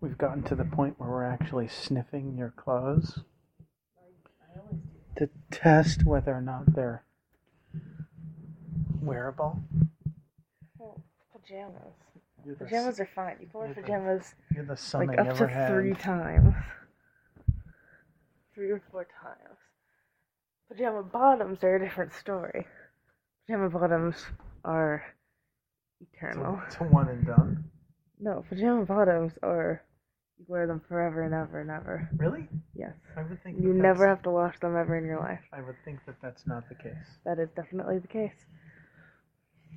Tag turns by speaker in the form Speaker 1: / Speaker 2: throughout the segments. Speaker 1: We've gotten to the point where we're actually sniffing your clothes to test whether or not they're wearable.
Speaker 2: Well, pajamas.
Speaker 1: You're the,
Speaker 2: Pajamas are fine. You can wear
Speaker 1: Yeah, but-
Speaker 2: pajamas
Speaker 1: you're the son
Speaker 2: like
Speaker 1: I
Speaker 2: up
Speaker 1: never
Speaker 2: to
Speaker 1: had.
Speaker 2: three times. Three or four times. Pajama bottoms are a different story. Pajama bottoms are
Speaker 1: It's
Speaker 2: eternal.
Speaker 1: a, it's a one and done.
Speaker 2: No, pajama bottoms are you wear them forever and ever and ever.
Speaker 1: Really?
Speaker 2: Yes.
Speaker 1: I would think
Speaker 2: You
Speaker 1: that
Speaker 2: never
Speaker 1: that's-
Speaker 2: have to wash them ever in your life.
Speaker 1: I would think that that's not the case.
Speaker 2: That is definitely the case.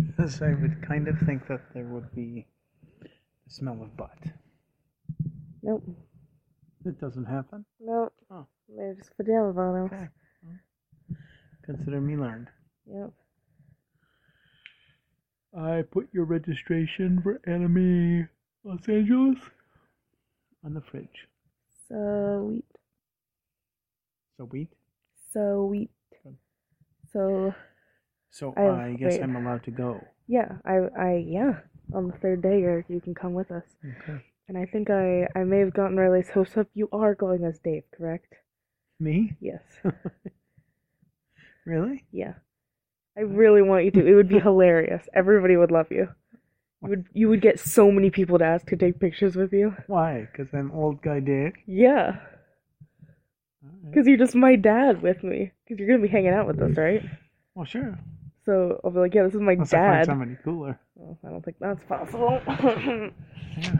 Speaker 1: Because I would kind of think that there would be the smell of butt.
Speaker 2: Nope.
Speaker 1: It doesn't happen.
Speaker 2: Nope.
Speaker 1: Oh.
Speaker 2: They're just pajama bottoms.
Speaker 1: Okay. Consider me learned.
Speaker 2: Yep.
Speaker 1: I put your registration for Enemy Los Angeles on the fridge.
Speaker 2: Sweet.
Speaker 1: So wheat.
Speaker 2: Sweet.
Speaker 1: Good.
Speaker 2: So
Speaker 1: So
Speaker 2: I-
Speaker 1: I, guess
Speaker 2: wait.
Speaker 1: I'm allowed to go.
Speaker 2: yeah, I I yeah. On the third day or you can come with us.
Speaker 1: Okay.
Speaker 2: And I think I I may have gotten Riley's hopes up. You are going as Dave, correct?
Speaker 1: Me?
Speaker 2: Yes.
Speaker 1: Really?
Speaker 2: Yeah. I really want you to. It would be hilarious. Everybody would love you. You would you would get so many people to ask to take pictures with you.
Speaker 1: Why? Because I'm old guy Dave.
Speaker 2: Yeah.
Speaker 1: Alright.
Speaker 2: Cuz you're just my dad with me. Cuz you're going to be hanging out with us, right?
Speaker 1: Well, sure.
Speaker 2: So I'll be like, "Yeah, this is my
Speaker 1: Unless I find
Speaker 2: dad."
Speaker 1: somebody cooler.
Speaker 2: Oh, I don't think that's possible.
Speaker 1: Yeah.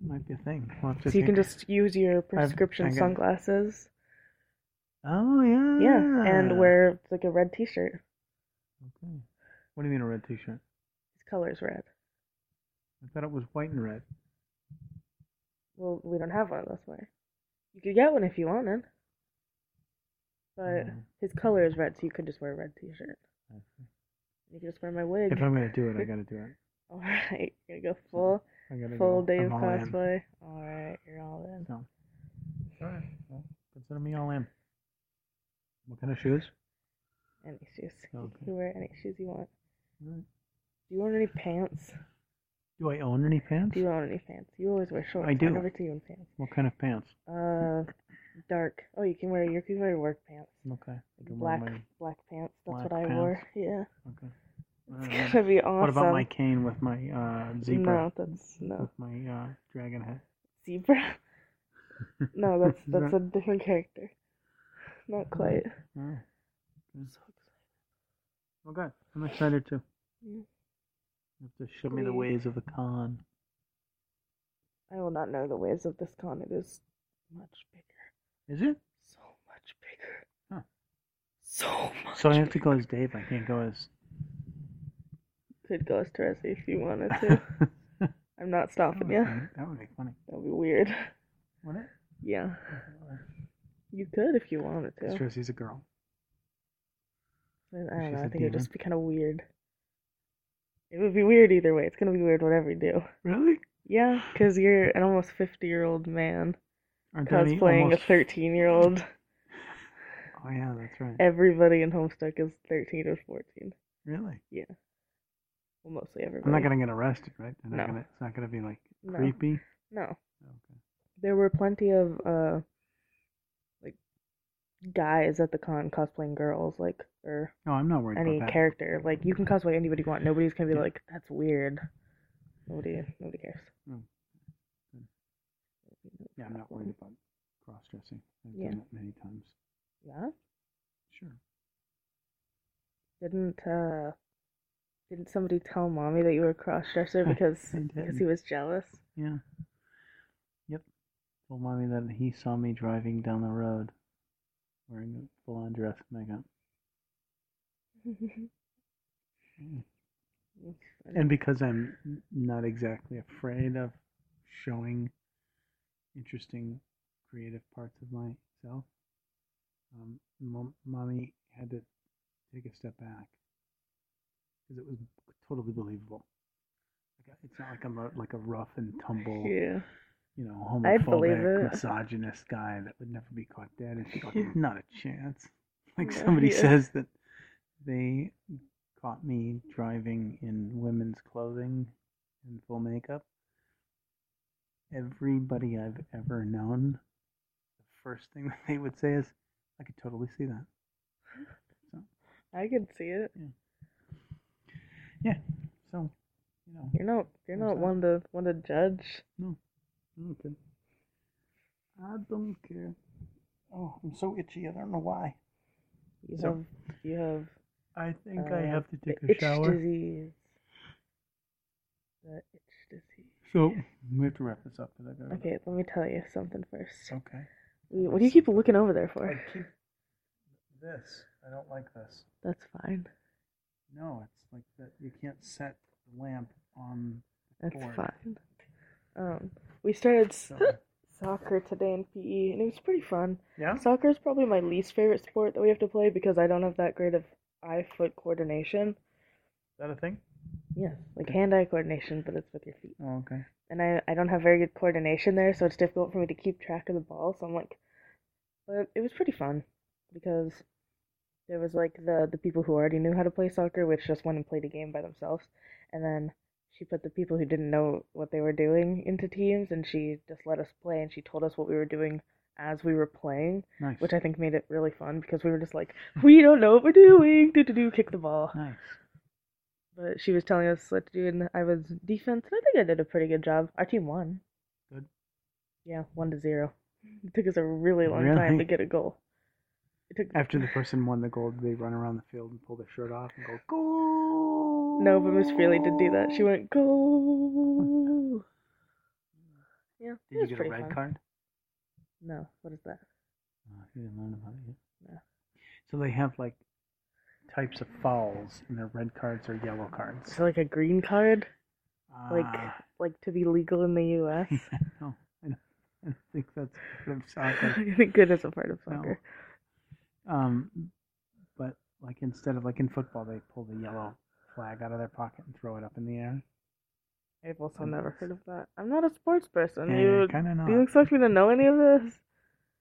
Speaker 1: Might be a thing. We'll have to
Speaker 2: so you
Speaker 1: see.
Speaker 2: can just use your
Speaker 1: I've-
Speaker 2: prescription
Speaker 1: I got-
Speaker 2: sunglasses.
Speaker 1: Oh yeah.
Speaker 2: Yeah,
Speaker 1: Ah.
Speaker 2: and wear like a red t-shirt.
Speaker 1: Okay. What do you mean a red T-shirt?
Speaker 2: His color's red.
Speaker 1: I thought it was white and red.
Speaker 2: Well, we don't have one this way. You could get one if you wanted. But
Speaker 1: Mm.
Speaker 2: his color is red, so you could just wear a red t-shirt.
Speaker 1: I see.
Speaker 2: You could just wear my wig.
Speaker 1: Mm-hmm. If I'm gonna do it, I gotta do it.
Speaker 2: All right, you're gonna go full
Speaker 1: I gotta
Speaker 2: full
Speaker 1: go.
Speaker 2: day
Speaker 1: I'm
Speaker 2: of
Speaker 1: all in.
Speaker 2: cosplay. All right, you're all in.
Speaker 1: So. All right. Well, consider me all in. What kind of shoes?
Speaker 2: Any shoes? You
Speaker 1: Okay.
Speaker 2: can wear any shoes you want.
Speaker 1: All right.
Speaker 2: Do you own any pants?
Speaker 1: Do I own any pants?
Speaker 2: Do you own any pants? You always wear shorts.
Speaker 1: do.
Speaker 2: never see you in pants.
Speaker 1: What kind of pants?
Speaker 2: Uh, dark. Oh, you can wear you can wear your work pants.
Speaker 1: Okay. I can wear
Speaker 2: Black
Speaker 1: my-
Speaker 2: black pants. That's
Speaker 1: black
Speaker 2: what I wore. Yeah,
Speaker 1: okay. Uh,
Speaker 2: it's gonna be awesome.
Speaker 1: What about my cane with my uh, zebra?
Speaker 2: No, that's no
Speaker 1: With my uh, dragon head.
Speaker 2: zebra. no, that's that's
Speaker 1: No.
Speaker 2: a different character. Not quite.
Speaker 1: All right. Well, good. I'm excited too.
Speaker 2: Yeah.
Speaker 1: You have to show me the
Speaker 2: Agreed.
Speaker 1: ways of the con.
Speaker 2: I will not know the ways of this con. It is much bigger.
Speaker 1: Is it?
Speaker 2: So much bigger.
Speaker 1: Huh.
Speaker 2: So much.
Speaker 1: So I have to go as Dave. I can't go as.
Speaker 2: Could go as Teresi if you wanted to. I'm not stopping you.
Speaker 1: That would be funny.
Speaker 2: That'd be weird.
Speaker 1: Wouldn't
Speaker 2: Yeah.
Speaker 1: it?
Speaker 2: You could if you wanted to.
Speaker 1: It's true. He's a girl.
Speaker 2: I I don't
Speaker 1: She's
Speaker 2: know.
Speaker 1: a
Speaker 2: I think it'd
Speaker 1: demon.
Speaker 2: just be kind of weird. It would be weird either way. It's gonna be weird whatever you do.
Speaker 1: Really?
Speaker 2: Yeah, because you're an almost 50 year old man
Speaker 1: Aren't there any
Speaker 2: cosplaying
Speaker 1: almost-
Speaker 2: a 13 year old.
Speaker 1: Oh yeah, that's right.
Speaker 2: Everybody in Homestuck is 13 or 14.
Speaker 1: Really?
Speaker 2: Well, mostly everybody.
Speaker 1: I'm not gonna get arrested, right? They're not
Speaker 2: No.
Speaker 1: gonna, it's not gonna be like
Speaker 2: No.
Speaker 1: creepy.
Speaker 2: No.
Speaker 1: Okay.
Speaker 2: There were plenty of, uh, like, guys at the con cosplaying girls, like, or
Speaker 1: No, I'm not worried
Speaker 2: any
Speaker 1: about that.
Speaker 2: character. Like, you can cosplay anybody you want. Nobody's gonna be
Speaker 1: Yeah.
Speaker 2: like, that's weird. Nobody, nobody cares.
Speaker 1: Mm. Good. yeah, I'm not worried about cross dressing. I've
Speaker 2: Yeah.
Speaker 1: done it many times.
Speaker 2: Yeah?
Speaker 1: Sure.
Speaker 2: Didn't uh didn't somebody tell mommy that you were a cross dresser because
Speaker 1: I
Speaker 2: because
Speaker 1: didn't.
Speaker 2: he was jealous?
Speaker 1: Yeah. Yep. Told mommy that he saw me driving down the road wearing a full on dress makeup. Mm. And because I'm n- not exactly afraid of showing interesting creative parts of myself, um, mom, mommy had to take a step back because it was totally believable. Like, It's not like I'm a, like a rough and tumble
Speaker 2: yeah.
Speaker 1: you know,
Speaker 2: I'd believe
Speaker 1: homophobic,
Speaker 2: it.
Speaker 1: misogynist guy that would never be caught dead. And she's like,
Speaker 2: Yeah.
Speaker 1: not a chance. Like
Speaker 2: No,
Speaker 1: somebody
Speaker 2: yeah.
Speaker 1: says that they caught me driving in women's clothing and full makeup. everybody I've ever known, the first thing that they would say is, I could totally see that.
Speaker 2: I can see it.
Speaker 1: So, you know,
Speaker 2: You're not you're
Speaker 1: There's
Speaker 2: not one to one to judge.
Speaker 1: okay. I don't care. Oh, I'm so itchy. I don't know why.
Speaker 2: You
Speaker 1: So-
Speaker 2: have you have
Speaker 1: I think
Speaker 2: uh,
Speaker 1: I have to
Speaker 2: the
Speaker 1: take a
Speaker 2: itch
Speaker 1: shower.
Speaker 2: disease. The itch disease.
Speaker 1: So we have to wrap this up because I got
Speaker 2: Okay, let me tell you something first.
Speaker 1: Okay.
Speaker 2: You- What do you keep looking over there
Speaker 1: I
Speaker 2: for?
Speaker 1: keep this. I don't like this.
Speaker 2: That's fine.
Speaker 1: No, it's like that. You can't set the lamp on.
Speaker 2: That's
Speaker 1: Bored.
Speaker 2: fine. Um, we started s-
Speaker 1: So,
Speaker 2: soccer today in PE, and it was pretty fun.
Speaker 1: yeah.
Speaker 2: Soccer is probably my least favorite sport that we have to play because I don't have that great of eye-foot coordination.
Speaker 1: Is that a thing?
Speaker 2: Yes, like
Speaker 1: Okay.
Speaker 2: hand-eye coordination, but it's with your feet.
Speaker 1: Oh, okay.
Speaker 2: and I, I don't have very good coordination there, so it's difficult for me to keep track of the ball. So I'm like, but it was pretty fun because there was like the the people who already knew how to play soccer, which just went and played a game by themselves, and then she put the people who didn't know what they were doing into teams, and she just let us play, and she told us what we were doing as we were playing,
Speaker 1: Nice.
Speaker 2: which I think made it really fun because we were just like, we don't know what we're doing, do do do, kick the ball
Speaker 1: nice.
Speaker 2: but she was telling us what to do, and I was defense, and I think I did a pretty good job. Our team won.
Speaker 1: Good.
Speaker 2: Yeah, one to zero. It took us a really long time to
Speaker 1: Really?
Speaker 2: get a goal. It took
Speaker 1: After the person won the gold, they run around the field and pull their shirt off and go goal.
Speaker 2: no, but Miss Freely did do that. She went goal. Yeah, it
Speaker 1: Did you
Speaker 2: was
Speaker 1: get a
Speaker 2: pretty
Speaker 1: red
Speaker 2: fun.
Speaker 1: card?
Speaker 2: No, what is that?
Speaker 1: Oh, you didn't learn about it yet.
Speaker 2: No.
Speaker 1: So they have like types of fouls, and their red cards are yellow cards.
Speaker 2: So like a green card, like
Speaker 1: Ah,
Speaker 2: like to be legal in the U.S.
Speaker 1: no, I don't, I don't think that's part of soccer.
Speaker 2: I think it is a part of
Speaker 1: No.
Speaker 2: soccer.
Speaker 1: Um, but like instead of like in football, they pull the yellow flag out of their pocket and throw it up in the air.
Speaker 2: I've also
Speaker 1: And
Speaker 2: never
Speaker 1: it's-
Speaker 2: heard of that. I'm not a sports person.
Speaker 1: Yeah,
Speaker 2: you,
Speaker 1: kind of not.
Speaker 2: do you expect me to know any of this?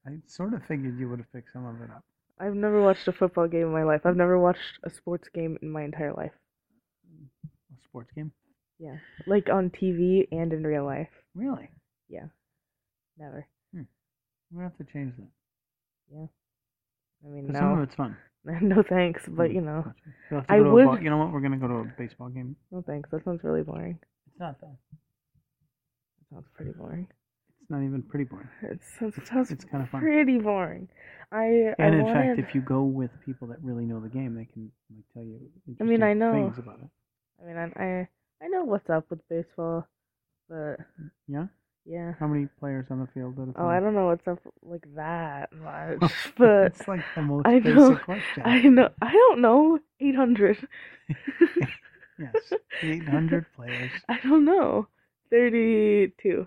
Speaker 1: I sort of figured you would have picked some of it up.
Speaker 2: I've never watched a football game in my life. I've never watched a sports game in my entire life.
Speaker 1: A sports game,
Speaker 2: Yeah. Like on TV and in real life.
Speaker 1: really?
Speaker 2: Yeah. Never.
Speaker 1: We have to change that.
Speaker 2: I mean,
Speaker 1: 'Cause Some of
Speaker 2: no.
Speaker 1: it's fun.
Speaker 2: no thanks, but
Speaker 1: Mm.
Speaker 2: you know.
Speaker 1: You'll have to
Speaker 2: I
Speaker 1: go to a
Speaker 2: would-
Speaker 1: ball- You know what? We're gonna go to a baseball game.
Speaker 2: No thanks. That sounds really boring.
Speaker 1: It's not though.
Speaker 2: That sounds pretty boring.
Speaker 1: It's not even pretty boring.
Speaker 2: It sounds, it sounds
Speaker 1: it's kinda fun.
Speaker 2: pretty boring. I, I
Speaker 1: And in
Speaker 2: wanted...
Speaker 1: fact, if you go with people that really know the game, they can like, tell you.
Speaker 2: I mean, I
Speaker 1: interesting
Speaker 2: know.
Speaker 1: things about it.
Speaker 2: I mean, I, I, I know what's up with baseball, but
Speaker 1: Yeah.
Speaker 2: yeah.
Speaker 1: How many players on the field at a
Speaker 2: Oh, I
Speaker 1: time?
Speaker 2: don't know what's up like that much, but
Speaker 1: it's like the most
Speaker 2: I
Speaker 1: basic
Speaker 2: know-
Speaker 1: question.
Speaker 2: I know. I don't know. 800.
Speaker 1: Yes, eight hundred players.
Speaker 2: I don't know. 32,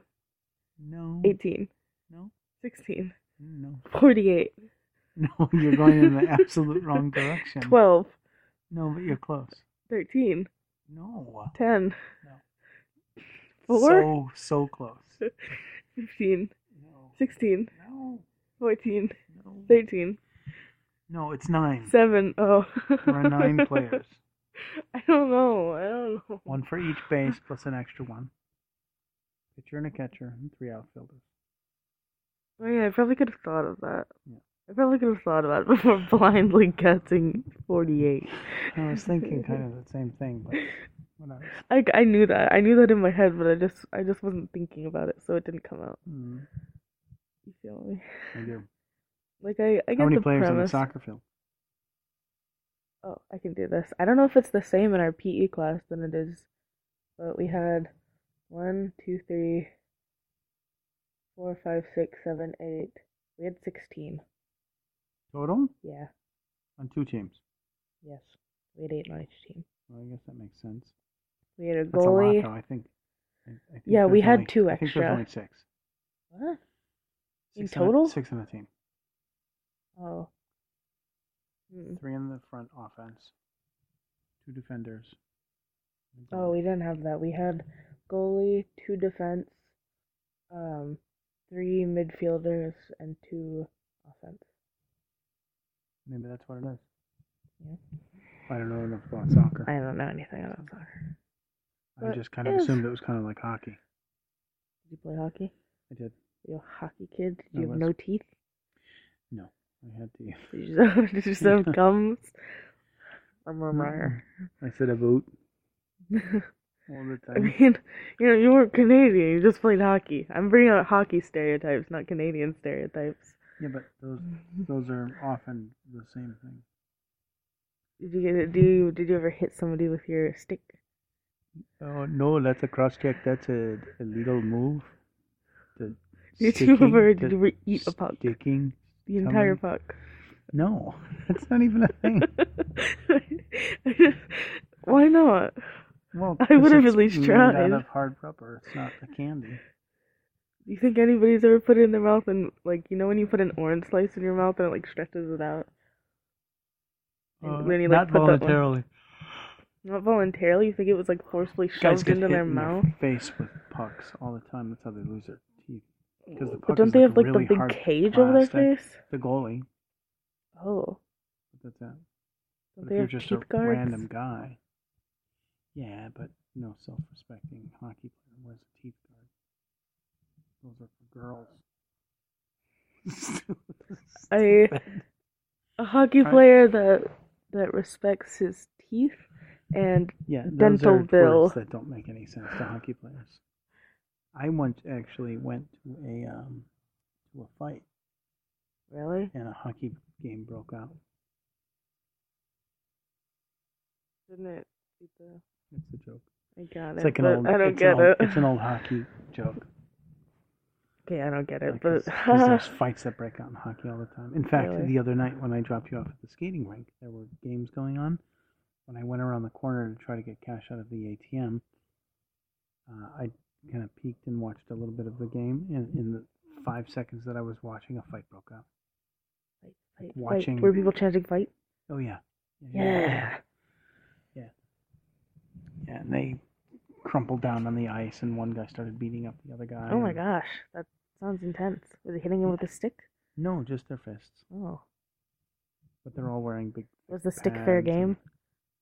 Speaker 1: No,
Speaker 2: 18,
Speaker 1: no,
Speaker 2: 16,
Speaker 1: no,
Speaker 2: 48,
Speaker 1: no. You're going in the absolute wrong direction.
Speaker 2: 12,
Speaker 1: No, but you're close.
Speaker 2: 13,
Speaker 1: No,
Speaker 2: 10,
Speaker 1: No.
Speaker 2: 4,
Speaker 1: so so close.
Speaker 2: 15,
Speaker 1: No,
Speaker 2: 16,
Speaker 1: no,
Speaker 2: 14,
Speaker 1: no.
Speaker 2: 13,
Speaker 1: No, it's nine.
Speaker 2: 7. Oh.
Speaker 1: There are nine players,
Speaker 2: I don't know. I don't know.
Speaker 1: one for each base plus an extra one. Pitcher and a catcher and three outfielders.
Speaker 2: Oh, yeah, I probably could have thought of that.
Speaker 1: Yeah.
Speaker 2: I probably could have thought about it before blindly guessing 48.
Speaker 1: I was thinking kind of the same thing, but whatever.
Speaker 2: I, I knew that. I knew that in my head, but I just I just wasn't thinking about it, so it didn't come out.
Speaker 1: Hmm,
Speaker 2: You feel me?
Speaker 1: I do.
Speaker 2: Like I, I get
Speaker 1: How many
Speaker 2: the
Speaker 1: players on the
Speaker 2: premise.
Speaker 1: soccer field?
Speaker 2: Oh, I can do this. I don't know if it's the same in our PE class than it is, but we had one, two, three, four, five, six, seven, eight. We had sixteen.
Speaker 1: Total
Speaker 2: Yeah.
Speaker 1: on two teams.
Speaker 2: Yes. We had eight on each team.
Speaker 1: Well, I guess that makes sense.
Speaker 2: We had a
Speaker 1: That's a lot,
Speaker 2: goalie.
Speaker 1: though. I think. I, I think
Speaker 2: Yeah, we
Speaker 1: there's
Speaker 2: had
Speaker 1: only-
Speaker 2: two
Speaker 1: I think there's
Speaker 2: extra.
Speaker 1: only six.
Speaker 2: What? In
Speaker 1: Six on a-
Speaker 2: total?
Speaker 1: six on the team.
Speaker 2: Oh. Mm.
Speaker 1: Three in the front offense. Two defenders. and a
Speaker 2: Oh, we
Speaker 1: goalie.
Speaker 2: didn't have that. We had goalie, two defense, um, three midfielders, and two offense.
Speaker 1: maybe that's what it is.
Speaker 2: Yeah.
Speaker 1: I don't know enough about soccer.
Speaker 2: I don't know anything about soccer.
Speaker 1: I,
Speaker 2: but
Speaker 1: just kind of
Speaker 2: if-
Speaker 1: assumed it was kind of like hockey.
Speaker 2: Did you play hockey?
Speaker 1: I did.
Speaker 2: You're a hockey kid? Did
Speaker 1: I
Speaker 2: you have
Speaker 1: was.
Speaker 2: no teeth?
Speaker 1: No, I had to.
Speaker 2: Did you just have, did you just have gums? I'm a liar.
Speaker 1: I said a boot
Speaker 2: I
Speaker 1: all the time.
Speaker 2: mean, you know, you weren't Canadian. You just played hockey. I'm bringing out hockey stereotypes, not Canadian stereotypes.
Speaker 1: Yeah, but those those are often the same thing.
Speaker 2: Did you get do you did you ever hit somebody with your stick?
Speaker 1: Oh no, that's a cross check. That's a illegal move. The
Speaker 2: Did you
Speaker 1: sticking-
Speaker 2: ever did
Speaker 1: the
Speaker 2: you ever eat a puck?
Speaker 1: Sticking?
Speaker 2: The entire
Speaker 1: tummy?
Speaker 2: puck.
Speaker 1: No, that's not even a thing.
Speaker 2: I just- Why not?
Speaker 1: Well,
Speaker 2: I
Speaker 1: 'cause
Speaker 2: would've at
Speaker 1: it's
Speaker 2: least
Speaker 1: made
Speaker 2: tried.
Speaker 1: Out of hard rubber, it's not a candy.
Speaker 2: Do you think anybody's ever put it in their mouth and like you know when you put an orange slice in your mouth and it like stretches it out? And
Speaker 1: Uh,
Speaker 2: when you,
Speaker 1: not
Speaker 2: like, put that one-
Speaker 1: voluntarily.
Speaker 2: Not voluntarily, you think it was like forcefully
Speaker 1: Guys
Speaker 2: shoved
Speaker 1: get
Speaker 2: into
Speaker 1: hit
Speaker 2: their
Speaker 1: in
Speaker 2: mouth?
Speaker 1: face with pucks all the time. That's how they lose their teeth. 'cause the
Speaker 2: But
Speaker 1: puck
Speaker 2: don't
Speaker 1: is,
Speaker 2: they
Speaker 1: like,
Speaker 2: have like
Speaker 1: really
Speaker 2: the
Speaker 1: hard
Speaker 2: big cage over their
Speaker 1: plastic.
Speaker 2: face?
Speaker 1: The goalie.
Speaker 2: Oh.
Speaker 1: That's it.
Speaker 2: Don't
Speaker 1: But
Speaker 2: they
Speaker 1: if you're
Speaker 2: have
Speaker 1: just
Speaker 2: teeth
Speaker 1: a
Speaker 2: guards?
Speaker 1: random guy, yeah, but no self-respecting hockey player wears a teeth guard. Those are for girls.
Speaker 2: I a hockey
Speaker 1: I-
Speaker 2: player that that respects his teeth and
Speaker 1: yeah, those
Speaker 2: dental
Speaker 1: are
Speaker 2: bill.
Speaker 1: words that don't make any sense to hockey players. I once actually went to a um, to a fight,
Speaker 2: really
Speaker 1: and a hockey game broke out.
Speaker 2: didn't it be the-
Speaker 1: It's a joke.
Speaker 2: I got
Speaker 1: It's
Speaker 2: it.
Speaker 1: like an
Speaker 2: but
Speaker 1: old.
Speaker 2: I don't
Speaker 1: it's an
Speaker 2: get
Speaker 1: old-
Speaker 2: it.
Speaker 1: It's an old hockey joke.
Speaker 2: Okay, I don't get it,
Speaker 1: Because
Speaker 2: but
Speaker 1: there's fights that break out in hockey all the time. In fact,
Speaker 2: Really?
Speaker 1: the other night when I dropped you off at the skating rink, there were games going on. When I went around the corner to try to get cash out of the ATM, uh, I kind of peeked and watched a little bit of the game. And in the five seconds that I was watching, a fight broke out.
Speaker 2: Fight, fight.
Speaker 1: watching-
Speaker 2: were people chanting fight?
Speaker 1: Oh yeah,
Speaker 2: Yeah.
Speaker 1: yeah. And they crumpled down on the ice, and one guy started beating up the other guy.
Speaker 2: Oh my
Speaker 1: and-
Speaker 2: gosh, that sounds intense. Was he hitting him with a stick?
Speaker 1: No, just their fists,
Speaker 2: Oh,
Speaker 1: but they're all wearing big.
Speaker 2: was the stick fair
Speaker 1: pads and-
Speaker 2: game?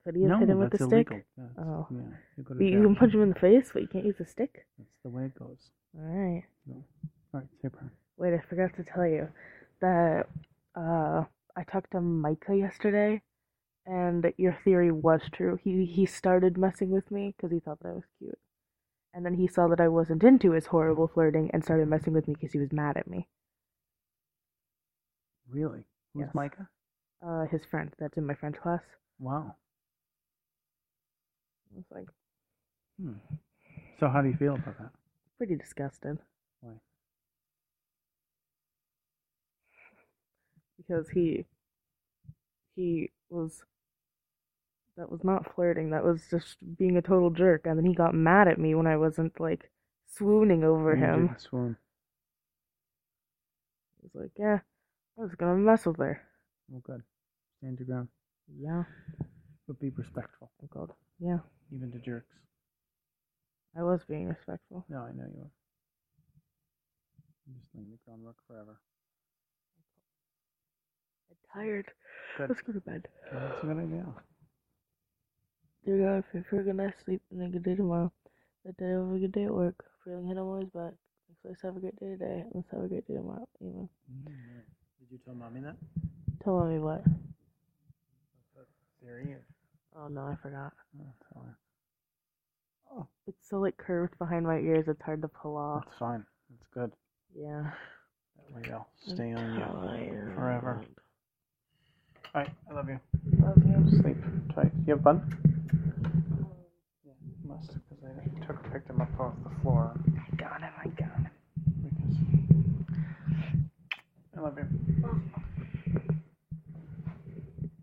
Speaker 2: Could he have
Speaker 1: no,
Speaker 2: hit him with
Speaker 1: that's
Speaker 2: a stick?
Speaker 1: illegal. That's-
Speaker 2: Oh.
Speaker 1: yeah, you go to
Speaker 2: But you
Speaker 1: jail.
Speaker 2: can punch him in the face, but you can't use a stick.
Speaker 1: That's the way it goes.
Speaker 2: All right.
Speaker 1: All right, say a prayer.
Speaker 2: Wait, I forgot to tell you that uh, I talked to Micah yesterday, and your theory was true. He he started messing with me because he thought that I was cute, and then he saw that I wasn't into his horrible flirting and started messing with me because he was mad at me.
Speaker 1: Really? Who's
Speaker 2: Yes.
Speaker 1: Micah?
Speaker 2: Uh, his friend that's in my French class.
Speaker 1: Wow.
Speaker 2: I was like
Speaker 1: Hmm. So how do you feel about that?
Speaker 2: pretty disgusting.
Speaker 1: Why?
Speaker 2: Because he he was that was not flirting, that was just being a total jerk, and then he got mad at me when I wasn't like swooning over
Speaker 1: You
Speaker 2: him.
Speaker 1: didn't swoon.
Speaker 2: He was like, Yeah, I was gonna mess with her.
Speaker 1: Well, good. Stand your ground,
Speaker 2: Yeah.
Speaker 1: but be respectful,
Speaker 2: I'm called. Yeah.
Speaker 1: even to jerks.
Speaker 2: I was being respectful.
Speaker 1: No, I know you are. I'm just laying the groundwork forever.
Speaker 2: I'm tired.
Speaker 1: Good.
Speaker 2: Let's go to bed.
Speaker 1: Okay, that's a good idea.
Speaker 2: Dear God, pray for a good night's sleep and a good day tomorrow. Let that have a good day at work. Feeling hit, I'm always back. Let's have a great day today. Let's have a great day tomorrow. Amen.
Speaker 1: Mm-hmm. Did you tell mommy that
Speaker 2: Tell mommy what?
Speaker 1: theory?
Speaker 2: Oh no, I forgot.
Speaker 1: Oh, tell her. Oh,
Speaker 2: It's so like curved behind my ears, it's hard to pull off.
Speaker 1: That's fine. That's good.
Speaker 2: Yeah.
Speaker 1: That way they'll
Speaker 2: I'm
Speaker 1: stay on you forever.
Speaker 2: tired.
Speaker 1: All right, I love you.
Speaker 2: Love you.
Speaker 1: Sleep tight. You have fun? Yeah, must because I took picked him up off the floor
Speaker 2: I got him, I got him.
Speaker 1: because I love you.